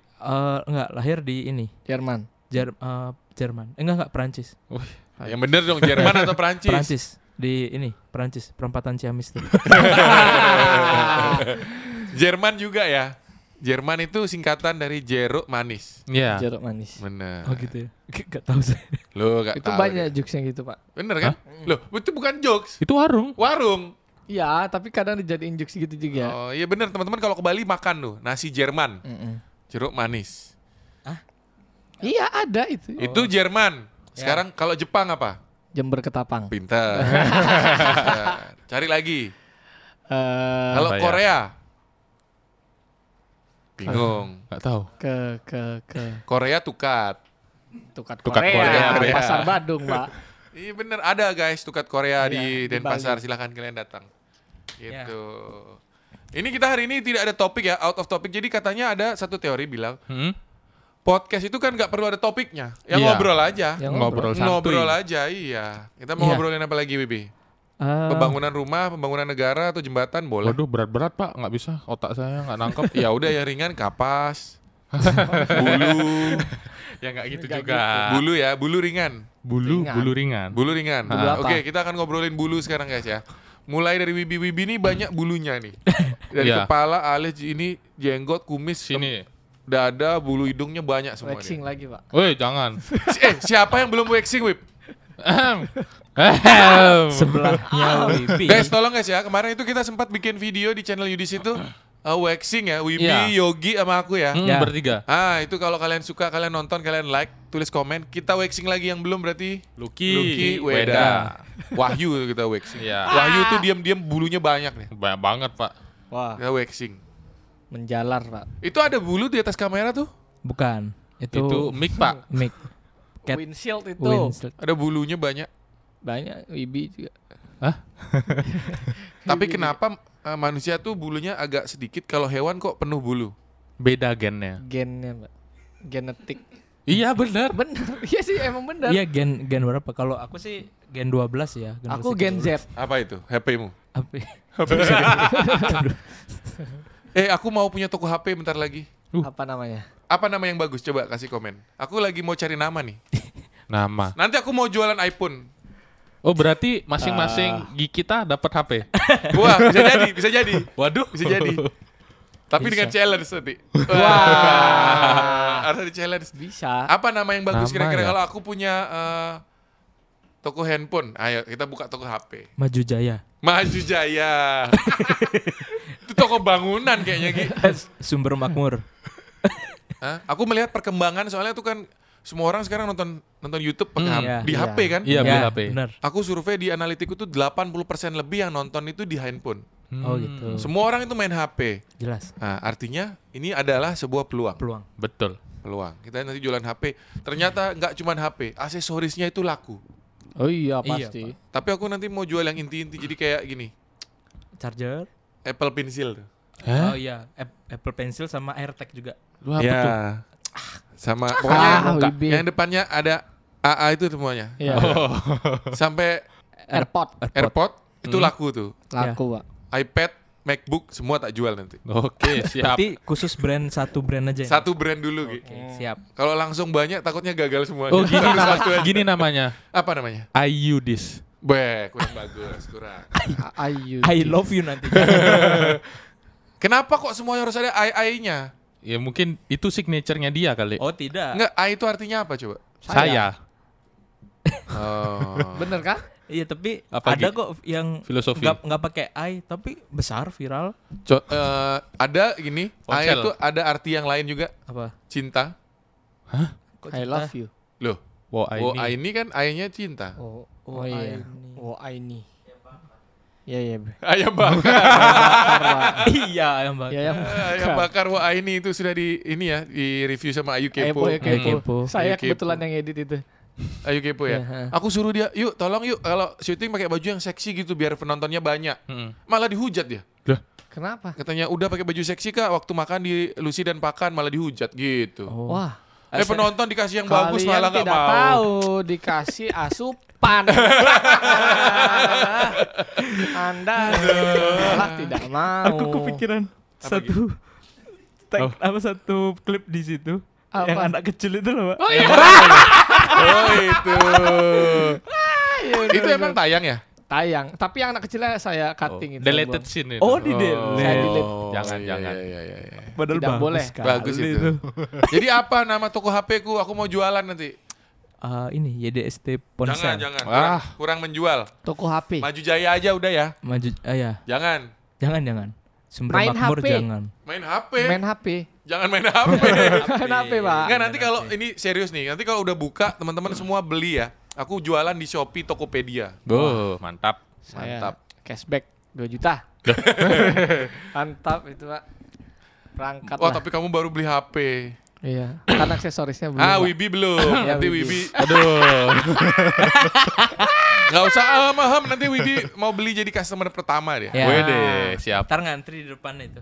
S1: enggak lahir di ini
S4: Jerman.
S1: Jer- eh, Jerman. Eh, enggak enggak Perancis.
S2: Yang bener dong Jerman atau Perancis?
S1: Perancis di ini Perancis perempatan Ciamis
S2: [laughs]
S1: tuh.
S2: Jerman juga ya. Jerman itu singkatan dari jeruk manis.
S3: Iya.
S4: Jeruk manis.
S2: Bener.
S1: Oh gitu ya. Gak tahu saya.
S2: Lo gak
S4: Itu
S2: Nah, tahu
S4: banyak
S2: deh.
S4: jokesnya gitu, Pak.
S2: Bener kan? Loh, itu bukan jokes.
S3: Itu warung.
S2: Warung.
S4: Iya, tapi kadang dijadiin jokes gitu juga.
S2: Oh iya bener teman-teman kalau ke Bali makan tuh nasi Jerman,
S4: Mm-mm.
S2: jeruk manis.
S4: Iya, ada itu.
S2: Itu Jerman. Sekarang kalau Jepang apa?
S4: Jember ketapang.
S2: Pinter. Cari lagi.
S4: Eh
S2: Kalau
S3: Apa ya?
S2: Korea. Bingung.
S3: Nggak tahu.
S4: ke ke ke
S2: Korea tukat.
S4: Tukat
S3: Tukat
S4: Korea,
S3: Korea,
S2: Korea.
S4: Pasar Badung, Pak.
S2: Iya bener ada guys tukat Korea di
S4: Iya, di
S2: Denpasar silahkan kalian datang. Gitu.
S3: Ya.
S2: Ini kita hari ini tidak ada topik ya out of topic. Jadi katanya ada satu teori bilang
S3: Hmm?
S2: podcast itu kan nggak perlu ada topiknya, ya
S3: Iya.
S2: ngobrol aja.
S4: Ya,
S3: Ngobrol santuy.
S2: Ngobrol aja iya. Kita mau
S1: Iya.
S2: ngobrolin apa lagi Bibi?
S1: Eh,
S2: Pembangunan rumah, pembangunan negara atau jembatan boleh.
S3: Waduh berat-berat pak. Nggak bisa. Otak saya nggak nangkep.
S2: Ya udah ya ringan kapas. bulu.
S3: [laughs] ya nggak gitu
S4: Nggak
S3: juga.
S2: Bulu ya, bulu ringan.
S3: Bulu
S4: Ringan.
S3: bulu ringan.
S2: Bulu ringan.
S4: Bulu apa?
S2: Oke, kita akan ngobrolin bulu sekarang guys ya. Mulai dari wibi-wibi ini banyak bulunya
S3: [laughs]
S2: nih. Dari
S3: Iya.
S2: kepala, alis ini, jenggot, kumis,
S3: Sini.
S2: tem- dada, bulu hidungnya banyak semua.
S4: Waxing
S2: nih.
S4: lagi, Pak.
S3: Woi jangan.
S2: Si- [laughs] Eh, siapa yang belum waxing, Wip?
S3: Ahem.
S1: Ah,
S3: Ahem.
S2: [laughs]
S1: sebelahnya Wipi.
S3: Iya.
S2: Guys, tolong guys ya. Kemarin itu kita sempat bikin video di channel Yudis
S3: [clears throat]
S2: itu uh, waxing ya, wibi,
S3: Iya.
S2: yogi sama aku ya.
S3: Hmm,
S1: Ya.
S3: Bertiga.
S2: Ah, itu kalau kalian suka, kalian nonton, kalian like, tulis komen. Kita waxing lagi yang belum berarti
S3: Lucky,
S2: Weda. Wahyu kita waxing.
S3: Iya.
S2: Wahyu tuh diam-diam bulunya banyak nih.
S3: Banyak banget pak.
S4: Wah,
S2: Kita waxing.
S4: menjalar, Pak.
S2: Itu ada bulu di atas kamera tuh.
S1: Bukan. Itu,
S3: Itu mic pak.
S2: [laughs]
S1: mic. Cat
S4: Windshield itu.
S1: Winslet.
S2: Ada bulunya banyak.
S4: Banyak Wibi juga.
S2: Tapi kenapa eh, manusia tuh bulunya agak sedikit kalau hewan kok penuh bulu?
S3: Beda gennya.
S4: Gennya, Mbak. Genetik. [laughs]
S3: Iya bener.
S4: Bener. Iya sih emang bener.
S1: Iya gen gen berapa? Kalau aku sih gen 12 ya. generasi
S4: Aku Gen Z.
S2: Apa itu? HP-mu?
S1: Apa?
S2: Eh, aku mau punya toko HP bentar lagi.
S4: Apa namanya?
S2: Apa nama yang bagus? Coba kasih komen. Aku lagi mau cari nama nih.
S3: Nama.
S2: Nanti aku mau jualan iPhone.
S3: Oh berarti masing-masing gigi kita dapat HP.
S2: Wah, bisa jadi, bisa jadi.
S3: Waduh.
S2: Bisa jadi. Tapi dengan challenge nanti. Wah. Harus ada challenge.
S4: Bisa.
S2: Apa nama yang bagus
S3: Nama
S2: kira-kira
S3: ya?
S2: kalau aku punya eh, toko handphone? Ayo kita buka toko HP.
S1: [laughs] Maju Jaya.
S2: Maju
S4: [laughs]
S2: Jaya. Itu toko bangunan kayaknya Gi.
S1: Sumber Makmur.
S2: Hah? Aku melihat perkembangan soalnya itu kan semua orang sekarang nonton nonton YouTube pakai HP-
S3: Hmm,
S1: iya,
S2: di
S4: iya.
S2: HP kan?
S3: Iya beli
S1: Ya,
S3: HP.
S1: Bener.
S2: Aku survei di analitiku tuh 80% lebih yang nonton itu di handphone.
S1: Oh gitu.
S2: Semua orang itu main HP.
S1: Jelas.
S2: Nah, artinya ini adalah sebuah peluang.
S1: Peluang.
S3: Betul.
S2: Peluang. Kita nanti jualan HP. Ternyata nggak cuma HP, aksesorisnya itu laku.
S4: Oh iya
S1: Iya,
S4: pasti.
S2: Tapi aku nanti mau jual yang inti-inti jadi kayak gini.
S1: Charger.
S2: Apple Pencil. tuh.
S1: Oh iya. Ap- Apple Pencil sama AirTag juga.
S3: Lu apa tuh?
S2: Ya. Sama pokoknya
S4: Iya. Ah,
S2: yang-
S4: Wibi.
S2: yang depannya ada AA itu semuanya.
S4: Iya.
S3: Oh.
S2: Sampai
S4: AirPod
S2: AirPod itu laku tuh.
S4: laku, Pak.
S2: iPad, MacBook semua tak jual nanti.
S3: Oh, Oke siap.
S1: Berarti khusus brand satu brand aja. ya?
S2: Satu brand dulu, Gi.
S1: Oke, siap.
S2: Kalau langsung banyak takutnya gagal semua.
S3: Oh gini
S2: Harus
S3: nama,
S2: [laughs] satu aja.
S3: gini namanya.
S2: Apa namanya?
S3: Ayudis.
S2: Beh, kurang bagus, kurang.
S4: A- Ayu.
S1: [laughs] I love you nanti.
S2: Kenapa kok semuanya harus ada AI-nya?
S3: Ya mungkin itu signaturenya dia
S1: [laughs]
S3: kali.
S1: oh tidak.
S2: Enggak, AI itu artinya apa coba?
S3: saya.
S2: Oh.
S4: Bener kan?
S1: Iya tapi
S3: Apa,
S1: ada
S3: Gi?
S1: kok yang
S3: Filosofi.
S1: nggak nggak pakai I tapi besar viral
S2: Co- [laughs] eh, ada gini, AI
S3: Ponsel.
S2: itu ada arti yang lain juga,
S1: apa?
S2: cinta.
S1: Kok cinta?
S4: I love you.
S2: Loh,
S3: Wow,
S2: oh,
S3: ini.
S2: AI ini kan AI-nya cinta.
S4: Oh,
S1: oh,
S4: oh
S1: I
S4: iya.
S1: need.
S4: Oh, I need. Iya, iya. Bro.
S2: [laughs] Ayam bakar.
S1: [laughs] iya yang
S4: Iya,
S1: bakal.
S4: iya.
S2: ayam Eh, bakar wah AI ini itu sudah di ini ya, di review sama Ayu
S4: Kepo,
S2: Kepo.
S4: ya,
S1: Ayu
S4: kepo.
S1: Kepo.
S2: Ayu
S4: Saya
S2: Kepo.
S4: kebetulan yang edit itu.
S2: Ayu kepo ya.
S4: Iya, ha.
S2: Aku suruh dia, yuk tolong yuk kalau syuting pakai baju yang seksi gitu biar penontonnya banyak.
S3: Mm-mm.
S2: Malah dihujat dia.
S4: Kenapa?
S2: Katanya udah pakai baju seksi kak waktu makan di Lucy dan Pakan malah dihujat gitu.
S1: Oh.
S4: Wah,
S2: Eh penonton dikasih yang bagus
S4: kalian
S2: malah nggak
S4: tidak
S2: mau.
S4: tahu dikasih
S2: [laughs]
S4: asupan. Anda malah tidak mau.
S1: Aku kepikiran satu tag, apa satu klip di situ
S4: Apa?
S1: yang anak kecil itu loh, Pak.
S2: Oh itu. itu emang tayang ya?
S4: tayang. Tapi yang anak kecilnya saya
S2: Oh,
S4: cutting itu.
S3: Deleted
S4: Bang.
S3: scene itu.
S1: Oh, di delete.
S4: Saya delete.
S3: Jangan,
S2: iya,
S3: jangan.
S2: iya, iya, iya.
S1: Padahal
S4: Tidak
S1: bagus
S4: boleh.
S1: sekali
S2: Bagus itu. Jadi apa nama toko HP ku? Aku mau jualan nanti.
S1: Ah, ini YDST
S2: Jangan,
S1: Ponsel.
S2: jangan.
S3: Ah.
S2: Kurang, kurang menjual.
S4: Toko HP.
S2: Maju Jaya aja udah ya.
S1: Maju ah, ya.
S2: Jangan.
S1: Jangan jangan. Sumber
S4: Main
S1: makmur
S4: HP.
S1: jangan.
S2: Main HP.
S4: Main HP.
S2: Jangan main HP.
S4: [laughs] Main HP, Pak.
S2: Enggak nanti kalau ini serius nih. Nanti kalau udah buka teman-teman semua beli ya. Aku jualan di Shopee Tokopedia.
S3: Boh, mantap.
S4: Saya
S2: Mantap.
S4: Cashback 2
S2: [laughs]
S4: juta. Mantap itu, Pak. Perangkat
S2: Oh,
S4: lah.
S2: tapi kamu baru beli HP.
S4: Iya. Karena aksesorisnya belum.
S2: ah,
S4: Pak.
S2: Wibi belum.
S4: Ya,
S2: nanti
S4: Wibi.
S2: Wibi.
S3: [laughs] Aduh.
S2: nggak usah ah, maham nanti Wibi mau beli jadi customer pertama dia.
S1: Ya.
S3: Wede, siap.
S1: Ntar ngantri di depan itu.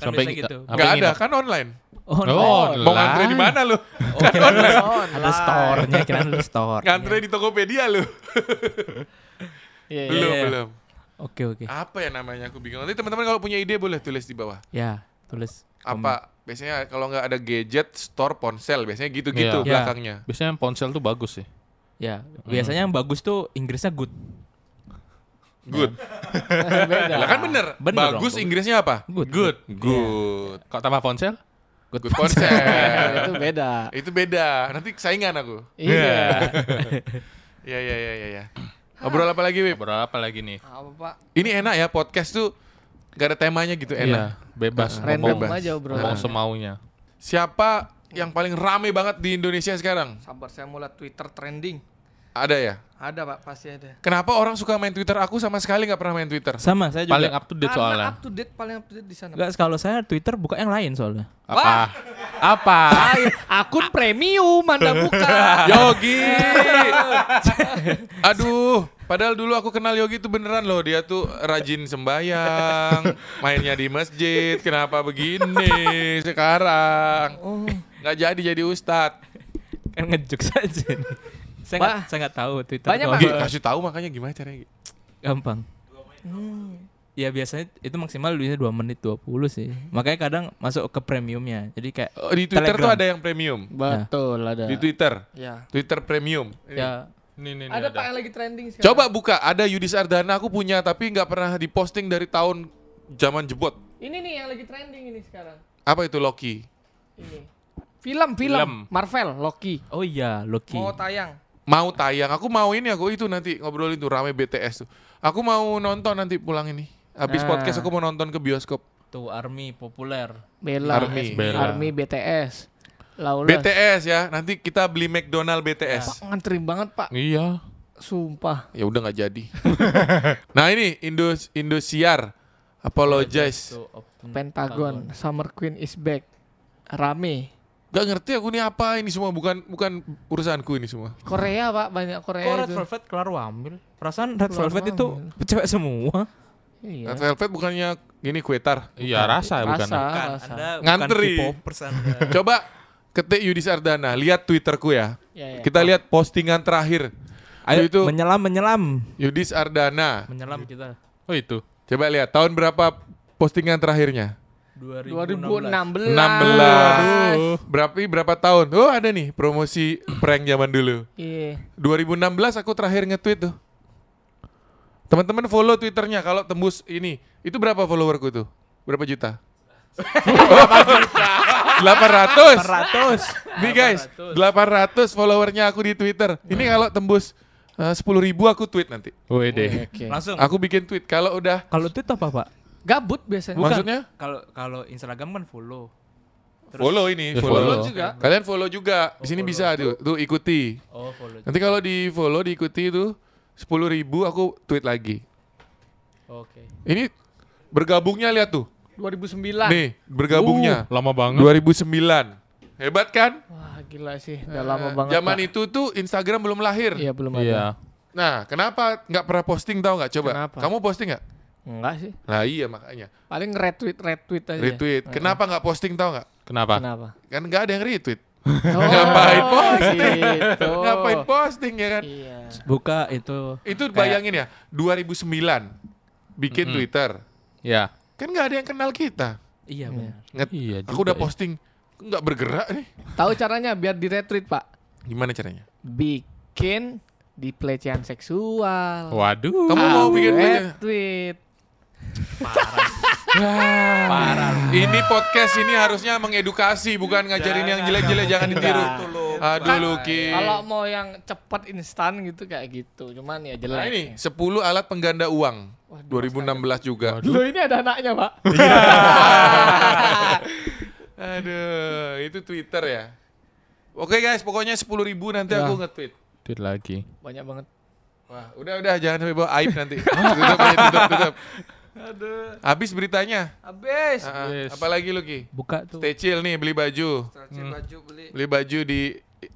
S1: Kan
S3: Sampai
S1: biasa
S3: ngi-
S1: gitu.
S3: Apa
S2: Nggak
S3: yang
S2: ada,
S3: nginep?
S2: kan online.
S1: Oh, no.
S3: Oh,
S2: Mau ngantri di mana
S4: [laughs]
S2: lu?
S1: ada store-nya, kira ada store.
S2: Ngantri di Tokopedia lu.
S4: Iya, iya.
S2: belum,
S1: iya.
S2: belum.
S1: Oke, oke.
S2: Apa ya namanya aku bingung. Nanti teman-teman kalau punya ide boleh tulis di bawah.
S1: Ya, tulis. komen.
S2: Apa biasanya kalau nggak ada gadget, store ponsel, biasanya
S1: Iya.
S2: gitu-gitu
S3: Iya.
S2: belakangnya.
S3: Biasanya ponsel tuh bagus sih.
S1: Ya, biasanya yang bagus tuh Inggrisnya good.
S2: Good.
S4: Beda.
S2: Lah kan bener.
S1: Bener dong.
S2: Bagus Inggrisnya apa?
S1: Good.
S3: Good.
S2: Good.
S3: Kok tambah ponsel?
S2: Good,
S4: Iya,
S2: ponsel.
S4: itu beda.
S2: [laughs] itu beda. Nanti saingan aku.
S3: [laughs]
S4: Iya.
S2: Ya ya ya ya ya. Obrol apa lagi, Wib?
S3: Berapa lagi nih?
S4: Apa, Pak?
S2: Ini enak ya podcast tuh gak ada temanya gitu enak.
S3: Iya, bebas.
S4: Random
S3: ngomong,
S2: bebas.
S4: aja, Bro.
S3: ngomong semaunya.
S2: Siapa yang paling rame banget di Indonesia sekarang?
S4: Sabar saya mulai Twitter trending.
S2: Ada ya?
S4: Ada Pak, pasti ada.
S2: Kenapa orang suka main Twitter? Aku sama sekali nggak pernah main Twitter.
S1: Sama, saya juga.
S3: Paling up to date
S4: Karena
S3: soalnya.
S4: up to date paling up to date di sana.
S1: Enggak, kalau saya Twitter buka yang lain soalnya.
S3: Apa? Apa?
S4: Ay, akun [laughs] premium Anda buka.
S2: Yogi. Aduh, Padahal dulu aku kenal Yogi itu beneran loh. Dia tuh rajin sembayang, mainnya di masjid. Kenapa begini sekarang?
S4: Oh.
S2: Nggak jadi jadi ustadz.
S1: kan ngejuk saja nih. saya nggak
S4: Wah.
S1: saya nggak tahu Twitter
S4: Banyak,
S1: doang.
S4: Pak.
S2: Gi, kasih tahu makanya gimana caranya. Gi.
S1: gampang ya biasanya itu maksimal biasanya 2 menit 20 sih makanya kadang masuk ke premiumnya jadi kayak
S2: Oh, Di Twitter
S1: Telegram.
S2: tuh ada yang premium.
S4: Betul ada.
S2: Di Twitter,
S4: Ya.
S2: Twitter premium.
S4: Ya.
S3: Nih, nih, nih,
S4: Ada Pak yang lagi trending sekarang.
S2: Coba buka, ada Yudis Ardana aku punya tapi nggak pernah diposting dari tahun zaman jebot.
S4: Ini nih yang lagi trending ini sekarang.
S2: Apa itu Loki?
S4: Ini. Film, film,
S3: Film.
S4: Marvel, Loki.
S1: oh iya Loki
S4: Mau tayang.
S2: Mau tayang, aku mau ini aku itu nanti ngobrolin tuh rame BTS tuh. Aku mau nonton nanti pulang ini. Habis
S4: Nah.
S2: podcast aku mau nonton ke bioskop.
S1: tuh Army populer
S4: Bella.
S2: Army.
S3: Bella.
S4: Army BTS. Laula.
S2: BTS ya, nanti kita beli McDonald
S4: Pak
S2: BTS.
S4: ngantri banget pak.
S3: Iya.
S4: Sumpah.
S2: Ya udah nggak jadi. nah ini Indo Indosiar apologize.
S1: Tuh, Optum-
S4: Pentagon. Summer Queen is back. Rame.
S2: Gak ngerti aku ini apa ini semua bukan bukan urusanku ini semua.
S4: Korea pak banyak Korea
S1: Kok Red
S4: itu.
S1: Velvet kelar wamil? Perasaan Red
S4: Kelar
S1: Velvet itu
S4: wamil.
S1: cewek semua.
S4: Iya.
S2: Red Velvet bukannya gini kuetar.
S3: Iya, rasa bukan.
S4: Rasa,
S1: Kan,
S4: rasa.
S1: Anda bukan
S2: Ngantri.
S1: K-popers, Anda.
S2: Coba ketik Yudis Ardana, lihat Twitterku ya.
S4: Ya, ya.
S2: Kita lihat postingan terakhir.
S1: Ayo
S2: [laughs] itu
S1: Eh, menyelam menyelam.
S2: Yudis Ardana.
S1: Menyelam kita.
S3: Oh, itu.
S2: Coba lihat tahun berapa postingan terakhirnya?
S1: 2016.
S4: 2016.
S2: 16. Berapa berapa tahun? Oh, ada nih promosi prank zaman dulu.
S4: Iya.
S2: 2016 aku terakhir nge-tweet tuh. Teman-teman follow Twitternya kalau tembus ini. Itu berapa followerku tuh? Berapa juta? 800.
S1: 400.
S2: Nih guys, 800 followernya aku di Twitter. Ini kalau tembus eh, sepuluh ribu aku tweet nanti.
S3: Wede.
S4: Oke.
S1: Langsung.
S2: Aku bikin tweet kalau udah.
S1: Kalau itu apa, Pak?
S4: Gabut biasanya.
S2: Maksudnya?
S1: Kalau kalau Instagram kan follow.
S2: follow ini,
S3: Ya,
S2: follow.
S3: follow
S4: juga.
S2: Kalian follow juga. Di sini
S1: follow.
S2: bisa tuh, tuh ikuti.
S1: Oh, follow.
S2: Nanti kalau di follow diikuti itu sepuluh ribu aku tweet lagi.
S1: Oke.
S2: Ini bergabungnya lihat tuh.
S4: 2009.
S2: Nih bergabungnya
S3: Uh, lama banget.
S2: 2009. Hebat kan?
S4: Wah gila sih. Udah lama banget.
S2: Eh, Zaman
S4: Pak.
S2: itu tuh Instagram belum lahir.
S4: Iya belum ada.
S3: Iya.
S2: Nah, kenapa nggak pernah posting tahu nggak? Coba.
S4: Kenapa?
S2: Kamu posting nggak?
S4: Enggak sih.
S2: Nah iya makanya.
S4: Paling retweet retweet aja.
S2: Retweet. Kenapa nggak posting tahu nggak?
S3: Kenapa?
S4: Kenapa?
S2: Kan nggak ada yang retweet.
S4: Oh,
S2: [laughs] Ngapain posting?
S4: gitu.
S2: Ngapain posting ya kan?
S4: Iya.
S1: Buka itu
S2: Itu bayangin ya, 2009 bikin Twitter.
S3: Ya.
S2: Kan nggak ada yang kenal kita.
S1: iya benar.
S2: Nget,
S3: Iya
S2: aku
S3: juga
S2: udah posting nggak bergerak nih.
S4: Tahu caranya biar di retweet pak?
S2: Gimana caranya?
S4: Bikin di pelecehan seksual.
S3: Waduh.
S2: Kamu mau bikin
S4: eh. retweet.
S2: ini podcast ini harusnya mengedukasi bukan ngajarin yang jelek-jelek jangan ditiru.
S4: Enggak.
S2: Aduh Luki.
S4: Kalau mau yang cepat instan gitu kayak gitu, cuman ya jelek.
S2: Nah, ini 10 alat pengganda uang. 2016 juga.
S4: Loh, ini ada anaknya pak.
S2: Aduh, itu Twitter ya. Oke guys, pokoknya 10 ribu nanti aku nge-tweet.
S3: Tweet lagi.
S4: Banyak banget.
S2: Wah, udah udah jangan sampai bawa aib nanti. tutup aja, tutup, tutup. Habis beritanya.
S4: Habis.
S2: Ah, ah.
S3: Yes.
S2: Apalagi lu Ki?
S1: Buka tuh.
S2: Stay chill nih beli baju.
S3: Hmm.
S4: baju beli.
S2: Beli baju di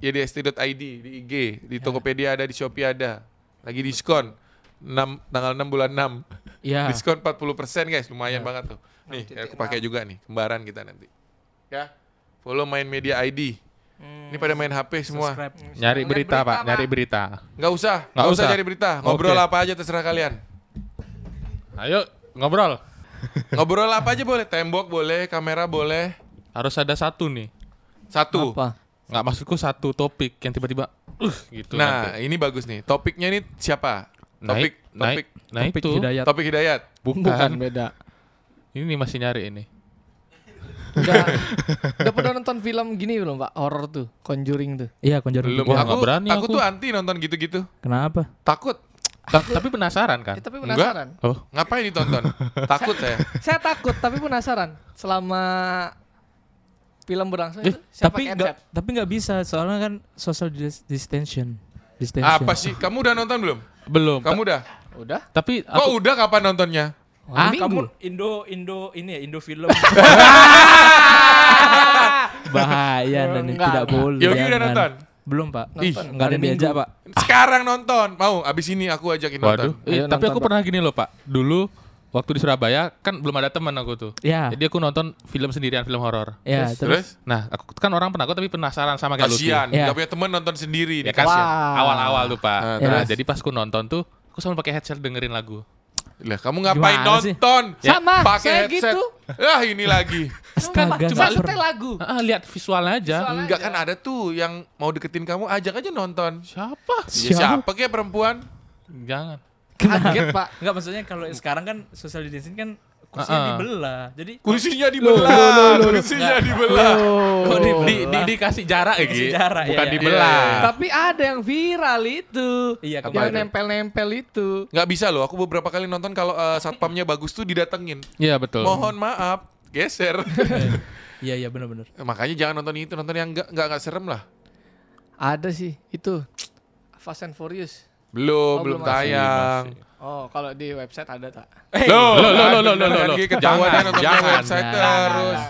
S2: ydst.id, di IG,
S3: Ya.
S2: di Tokopedia ada, di Shopee ada. Lagi diskon. 6, tanggal 6 bulan 6.
S1: Ya.
S2: Diskon 40% guys,
S3: Ya.
S2: lumayan banget tuh. Nih, aku pakai juga nih, kembaran kita nanti. Ya. Follow main media ID.
S3: Hmm.
S2: Ini pada main HP semua.
S1: Subscribe.
S3: Nyari berita, Pak. Nyari berita.
S2: Nggak usah,
S3: Nggak
S2: nggak usah
S3: usah.
S2: cari berita. Ngobrol
S3: Oke.
S2: apa aja terserah kalian.
S3: Ayo ngobrol.
S2: Ngobrol apa aja boleh, tembok boleh, kamera boleh.
S3: Harus ada satu nih.
S2: Satu.
S4: Apa?
S3: Nggak maksudku satu topik yang tiba-tiba uh gitu
S2: Nah,
S3: nanti.
S2: ini bagus nih. Topiknya ini siapa? Topik,
S3: naik,
S2: topik,
S3: nah
S1: Topik
S3: itu.
S1: Hidayat.
S2: topik Hidayat.
S4: Bukan
S3: Bukan.
S4: beda.
S3: Ini nih masih nyari ini.
S4: Udah, udah pernah nonton film gini belum pak? Horor tuh, Conjuring tuh.
S1: Iya, Conjuring.
S2: Belum
S1: tiga.
S3: Wah,
S2: aku,
S3: nggak berani
S2: aku
S3: aku.
S2: tuh anti nonton gitu-gitu.
S1: Kenapa?
S2: Takut.
S3: Ta- tapi penasaran kan?
S4: Eh, tapi
S2: Enggak.
S4: penasaran.
S3: Oh,
S2: Ngapain
S3: [laughs]
S2: ditonton? Takut saya.
S4: Saya takut tapi penasaran. Selama film berlangsung itu
S1: Eh,
S4: siapa
S1: tapi
S4: yang
S1: nggak
S4: headset?
S1: tapi nggak bisa soalnya kan social dis- distension. Distension.
S2: Apa sih? Kamu udah nonton belum?
S3: belum.
S2: Kamu udah?
S4: Udah.
S3: tapi
S2: Kok
S3: aku
S2: udah kapan nontonnya?
S1: Ah,
S4: Minggu.
S1: kamu Indo Indo ini ya Indo [laughs] film. Bahaya dan
S4: Enggak,
S1: tidak
S4: enggak.
S1: boleh.
S2: Yogi udah
S1: jangan.
S2: nonton?
S1: Belum pak.
S2: Ih.
S4: Nonton.
S1: Nggak ada
S4: Hari
S1: diajak
S4: Minggu.
S1: pak.
S2: Sekarang nonton. Mau abis ini aku ajakin nonton.
S3: Ah. Waduh. Eh,
S4: Ayo
S3: tapi
S4: nonton,
S3: aku
S4: Pak.
S3: pernah gini loh Pak. Dulu waktu di Surabaya kan belum ada teman aku tuh.
S1: Ya.
S3: Jadi aku nonton film sendirian film horor.
S1: Ya terus.
S2: Terus?
S3: Nah, aku kan orang penakut tapi penasaran sama kayak Lucky.
S2: Kasian,
S1: Iya.
S2: nggak punya temen nonton sendiri.
S3: Ya
S2: nih.
S3: kan
S4: Wah.
S3: awal-awal tuh Pak.
S2: Ah,
S3: Nah,
S1: terus?
S3: jadi pas aku nonton tuh aku sambil pakai headset dengerin lagu.
S2: Lah, kamu ngapain
S1: Gimana sih?
S2: nonton?
S4: Ya. Sama,
S2: pakai
S4: saya
S2: headset.
S4: gitu.
S2: Ah, ini lagi.
S1: Astaga,
S4: Cuma
S1: nggak
S4: maksudnya
S1: pernah.
S4: lagu.
S3: Ah, ah, lihat visualnya aja.
S4: Visual-
S2: Enggak kan ada tuh yang mau deketin kamu, ajak aja nonton.
S3: Siapa?
S2: Ya, siapa kayak perempuan?
S3: Jangan.
S4: Kaget pak.
S1: Enggak maksudnya kalau sekarang kan social distancing kan kursinya
S3: Ah.
S1: dibelah. Jadi
S2: Kursinya dibelah, kursinya dibelah.
S3: Kok di, di,
S1: dibelah?
S3: di- dikasih jarak ya,
S1: Kasih
S3: Gi?
S1: jarak, ya,
S3: Bukan
S1: ya.
S3: dibelah.
S2: Iya, iya.
S4: Tapi ada yang viral itu.
S1: Iya,
S4: Yang
S1: kemarin.
S4: nempel-nempel itu.
S2: Nggak bisa loh, aku beberapa kali nonton kalau eh, satpamnya bagus tuh didatengin.
S3: Iya, betul.
S2: Mohon maaf, geser. [laughs]
S1: Iya iya benar-benar.
S2: Makanya jangan nonton itu, nonton yang nggak nggak nggak serem lah.
S4: Ada sih itu. Fast and Furious.
S2: Belum,
S4: Oh,
S2: belum
S4: belum masih,
S2: tayang.
S4: Oh, kalau di website ada tak?
S2: Loh,
S3: Loh, loh, loh, loh, loh, loh, loh.
S2: Ketahuannya
S3: Jangan,
S2: nonton
S3: jangan.
S2: website
S1: Jangan.
S2: terus.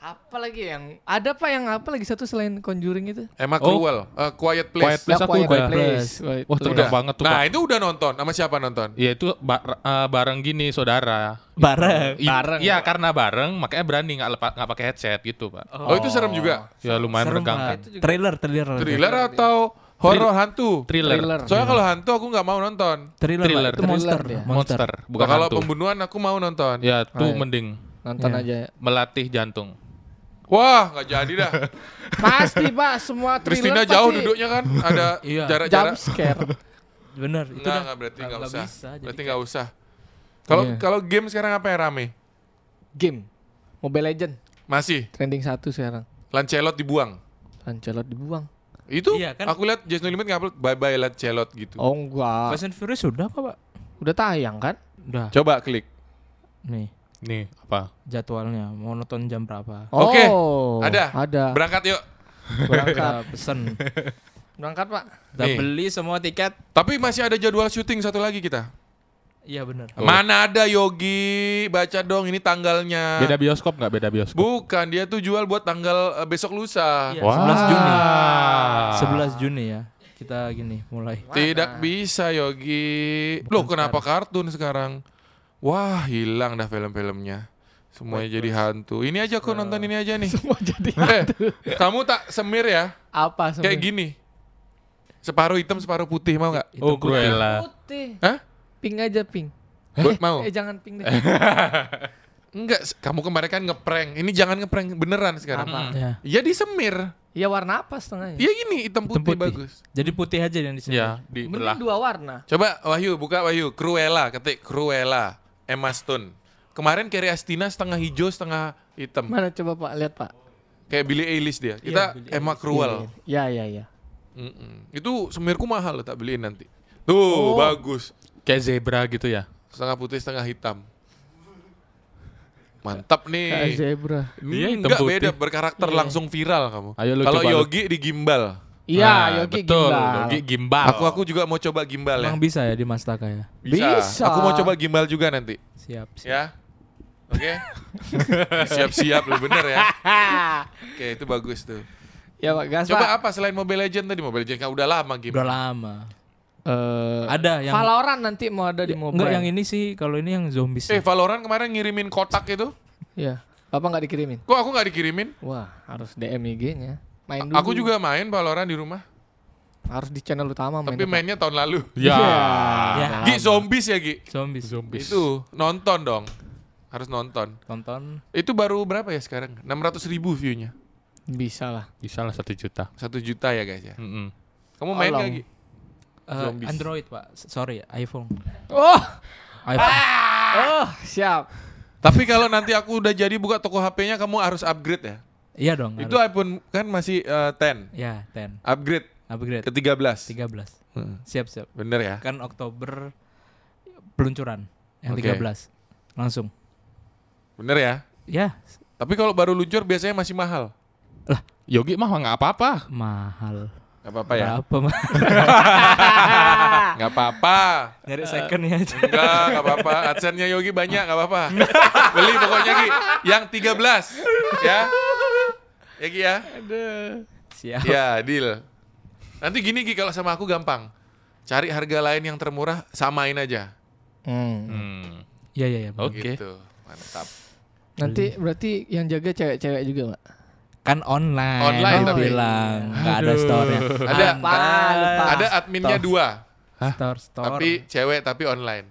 S4: Apa lagi yang ada pak yang apa lagi satu selain Conjuring itu?
S2: Emma
S3: Oh.
S2: Cruel, eh, Quiet Place.
S3: Quiet Place
S4: Ya,
S3: aku udah.
S4: Place.
S3: Wah,
S4: Place.
S3: cocok banget tuh,
S2: Nah,
S3: Pak.
S2: itu udah nonton. Sama siapa nonton?
S3: Ya itu ba- eh, bareng gini saudara.
S1: Bareng.
S3: I-
S4: Bareng.
S3: Iya karena bareng makanya berani nggak lepa- nggak pakai headset gitu pak.
S2: Oh, itu serem juga.
S3: Ya lumayan
S1: Serem
S3: meregangkan.
S1: banget. Trailer, trailer.
S2: Thriller atau horor hantu?
S3: Thriller.
S4: Thriller.
S2: Soalnya kalau hantu aku nggak mau nonton.
S1: Thriller, Pak.
S3: Thriller.
S1: itu monster,
S4: Thriller, ya.
S1: monster.
S3: Monster. Bukan
S2: kalau
S3: hantu.
S2: pembunuhan aku mau nonton.
S3: Ya tuh
S4: iya.
S3: mending
S4: Nonton
S2: Iya.
S4: aja. ya.
S3: melatih jantung.
S2: Wah, nggak jadi dah.
S3: [laughs]
S4: Pasti pak semua thriller
S2: Christina
S4: pasti
S2: jauh duduknya
S4: [laughs]
S2: kan, ada
S1: Iya.
S4: jump
S2: jarak-jarak.
S4: scare.
S1: Bener, itu
S2: Nggak,
S1: dah.
S2: nggak berarti
S1: Nggak- nggak
S2: nggak usah.
S1: bisa, jadi
S2: Berarti nggak usah. Kalau
S4: Iya.
S2: kalau game sekarang apa yang rame?
S4: Game. Mobile Legend
S2: Masih
S4: trending satu sekarang.
S2: Lancelot dibuang.
S4: Lancelot dibuang.
S2: Itu
S1: Iya, kan?
S2: aku lihat Jason Limit ngupload bye bye Lancelot gitu.
S4: Oh enggak.
S1: Fast and Furious sudah apa, Pak?
S4: Udah tayang kan?
S1: Udah.
S2: Coba klik.
S1: Nih,
S3: Nih apa?
S1: jadwalnya mau nonton jam berapa?
S2: Oke,
S4: Oh,
S2: ada.
S4: Ada.
S2: Berangkat yuk.
S1: Udah
S4: Berangkat.
S1: pesen.
S4: Berangkat pak. [laughs]
S1: Udah
S2: Nih.
S1: beli semua tiket.
S2: Tapi masih ada jadwal syuting satu lagi kita.
S1: Iya bener.
S4: Oh.
S2: Mana ada Yogi, baca dong ini tanggalnya.
S3: Beda bioskop nggak beda bioskop?
S2: Bukan, dia tuh jual buat tanggal eh, besok lusa.
S1: Iya,
S3: Wah.
S1: 11 Juni.
S3: Ah.
S1: 11 Juni ya. Kita gini mulai.
S2: Tidak bisa Yogi. Loh, kenapa kartun sekarang? Wah, hilang dah film-filmnya. Semuanya jadi hantu. Ini aja aku nonton ini aja nih.
S4: Mau jadi
S2: Eh, kamu tak semir ya?
S4: apa sebenarnya?
S2: Kayak gini. Separuh hitam, separuh putih mau nggak?
S1: Hitam
S3: Oh
S1: putih.
S4: ya.
S3: Cruella.
S4: Putih.
S2: Hah?
S4: Pink aja pink.
S2: Buat mau?
S4: Eh jangan pink deh.
S2: [laughs] Enggak, s- kamu kemarin kan ngeprank. Ini jangan ngeprank beneran sekarang.
S4: apa?
S1: Ya.
S2: Ya disemir.
S4: Ya warna apa setengahnya?
S2: Ya gini, hitam putih,
S1: Hitam putih.
S2: bagus.
S1: Jadi putih aja yang di sini.
S3: Ya di belah.
S4: Mending dua warna.
S2: Coba Wahyu, buka Wahyu. Cruella, ketik Cruella. Emma Stone. Kemarin Carrie Astina setengah hijau, setengah hitam.
S4: Mana coba Pak lihat Pak.
S2: Kayak Billie Eilish dia. Kita Emma Cruel.
S4: Ya ya ya.
S2: Mm-mm. Itu semirku mahal loh, tak beliin nanti. Tuh, bagus.
S3: Kayak zebra gitu ya.
S2: Setengah putih, setengah hitam. Mantap
S4: Kayak
S2: nih.
S4: zebra.
S3: Iya,
S2: Ini
S3: hitam
S2: enggak
S3: putih.
S2: beda berkarakter langsung viral kamu.
S3: Ayo lu
S2: Kalau
S3: coba lu.
S2: Yogi di gimbal.
S4: Iya,
S3: Nah,
S4: Yogi
S3: betul.
S4: gimbal.
S3: Yogi gimbal.
S2: Aku aku juga mau coba gimbal ya.
S1: Emang bisa ya di Mastaka ya?
S4: Bisa.
S2: Aku mau coba gimbal juga nanti.
S1: Siap. siap.
S2: Ya. Oke. Siap-siap lu bener ya. Oke, itu bagus tuh.
S4: Ya Pak gas Pak.
S2: Coba apa selain Mobile Legend tadi? Mobile Legend kan udah lama game.
S1: Udah lama.
S4: Eh,
S1: Ada yang
S4: Valorant nanti mau ada di mobile.
S1: Enggak yang ini sih, kalau ini yang zombie sih.
S2: Eh, Valorant kemarin ngirimin kotak itu.
S4: Iya. Bapak nggak dikirimin.
S2: Kok aku nggak dikirimin?
S4: Wah, harus DM IG-nya. Main dulu.
S2: A- Aku juga main Valorant di rumah,
S4: harus di channel utama main.
S2: tapi mainnya tahun lalu.
S3: Ya.
S1: ya,
S2: Gi zombies ya, Gi.
S1: zombie.
S3: Zombies.
S2: Itu nonton dong. Harus nonton.
S1: Tonton.
S2: Itu baru berapa ya sekarang? 600 ribu view-nya.
S4: Bisa lah.
S3: Bisa lah satu juta.
S2: 1 juta ya guys ya.
S3: Mm-mm.
S2: Kamu main
S4: Tolong.
S2: nggak, Gi?
S1: Eh,
S2: Zombies.
S1: Android, Pak. S- Sorry, iPhone.
S4: Oh,
S1: iPhone.
S2: Ah!
S4: oh, siap.
S2: Tapi kalau nanti aku udah jadi buka toko HP-nya kamu harus upgrade ya.
S1: Iya dong.
S2: Itu
S1: harus.
S2: iPhone kan masih eh, 10.
S1: ya, 10.
S2: Upgrade
S1: Upgrade
S2: ke 13.
S1: 13. Siap, siap.
S2: Bener ya?
S1: Kan Oktober peluncuran yang
S2: Oke.
S1: 13. Langsung.
S2: Bener ya?
S1: Ya, s-
S2: Tapi kalau baru luncur biasanya masih mahal.
S3: Yogi mah nggak apa-apa.
S1: mahal.
S2: Gak apa-apa ya?
S1: Berapa, Mas?
S2: [laughs] Gak apa-apa.
S1: Nyari second ya aja.
S2: Enggak, gak apa-apa. Adsense-nya Yogi banyak, gak apa-apa. Beli pokoknya Ki. Yang 13. Ya. Ya Ki ya.
S4: Aduh.
S1: Siap.
S2: Ya, deal. Nanti gini Gi kalau sama aku gampang. Cari harga lain yang termurah, samain aja.
S4: Hmm.
S3: Hmm.
S1: Iya iya iya.
S3: Oke.
S2: Gitu. Mantap.
S4: Nanti berarti yang jaga cewek-cewek juga, Mak.
S1: Kan online.
S2: Online
S1: lu
S2: tapi. Iya.
S1: bilang nggak ada store-nya.
S2: Ada
S4: Apa, lupa.
S2: ada adminnya
S1: Store.
S2: dua,
S1: Store store.
S2: tapi cewek tapi online.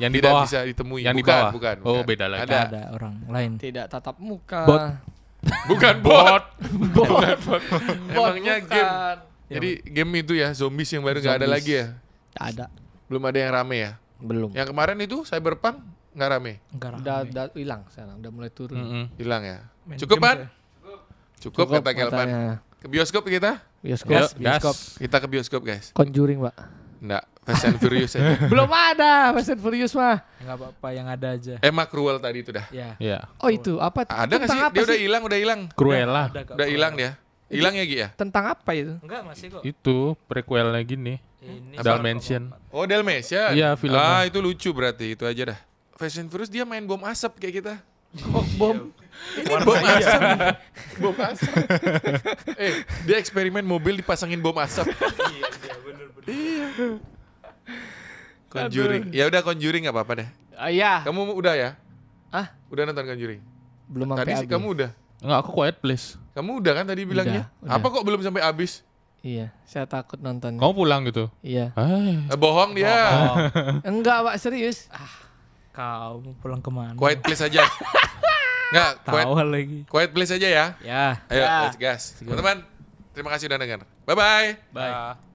S3: Yang di
S2: Tidak
S3: bawah.
S2: bisa ditemui.
S3: Yang di
S2: bukan,
S3: bawah.
S2: bukan,
S3: Oh,
S2: bukan.
S3: beda lagi.
S2: Ada.
S1: ada orang lain.
S4: Tidak tatap muka.
S1: Bot.
S2: Bukan bot.
S4: Bot.
S2: Emangnya
S4: bukan.
S2: game. Jadi game itu ya zombies yang baru nggak ada
S4: Zombies.
S2: lagi ya.
S4: Tidak ada.
S2: Belum ada yang rame ya.
S4: Belum.
S2: Yang kemarin itu Cyberpunk nggak rame,
S1: Enggak
S4: Udah,
S1: rame.
S4: udah hilang sekarang, udah mulai turun.
S3: Mm-mm.
S2: hilang ya.
S1: Main
S2: Cukup
S1: game
S2: kan?
S1: saya.
S2: Cukup, kata Kelpan.
S4: katanya.
S2: Ke bioskop kita?
S4: Bioskop,
S3: Yuk,
S4: bioskop.
S3: gas.
S2: Kita ke bioskop guys.
S4: Ya, Conjuring, Pak.
S2: Nggak, Fast and Furious aja.
S4: [laughs] Belum ada Fast and Furious mah.
S1: Enggak apa-apa yang ada aja.
S2: Emma Cruel Eh, tadi itu dah.
S1: Ya.
S3: Iya.
S4: Oh, itu apa?
S2: Ada nggak
S4: Tentang
S2: sih?
S4: apa
S2: Dia udah hilang, udah hilang.
S3: Cruella.
S1: Ada kok.
S2: Udah hilang dia. Hilang ya Gi ya?
S4: Tentang apa itu?
S1: Enggak masih kok.
S3: Itu prequelnya gini.
S1: Ini
S3: Dalmatian.
S2: Oh Dalmatian.
S3: Iya, filmnya.
S2: Ah itu lucu berarti itu aja dah. Fast and Furious dia main bom asap kayak kita.
S4: Oh, bom.
S2: Ini bom asap. bom asap. [laughs] eh dia eksperimen mobil dipasangin bom asap. Iya. Conjuring. Ya udah Conjuring nggak apa-apa deh.
S4: Ah, iya.
S2: Kamu udah ya?
S4: Ah,
S2: Udah nonton Conjuring?
S4: belum
S2: Tadi
S4: sampai
S2: sih kamu udah.
S3: Enggak, aku quiet please.
S2: Kamu udah kan tadi bilangnya?
S4: udah.
S2: Apa kok belum sampai habis?
S4: Iya, saya takut nonton.
S3: Kamu pulang gitu.
S4: Iya.
S3: Ah.
S2: Eh, bohong dia.
S4: Enggak, Pak, serius.
S1: Kau mau pulang kemana?
S2: Quiet please [laughs] aja. Nggak, quiet,
S1: Tawa lagi.
S2: quiet please aja ya.
S1: Ya.
S2: Ayo, let's gas. Teman-teman, terima kasih udah dengar. Bye-bye.
S3: Bye.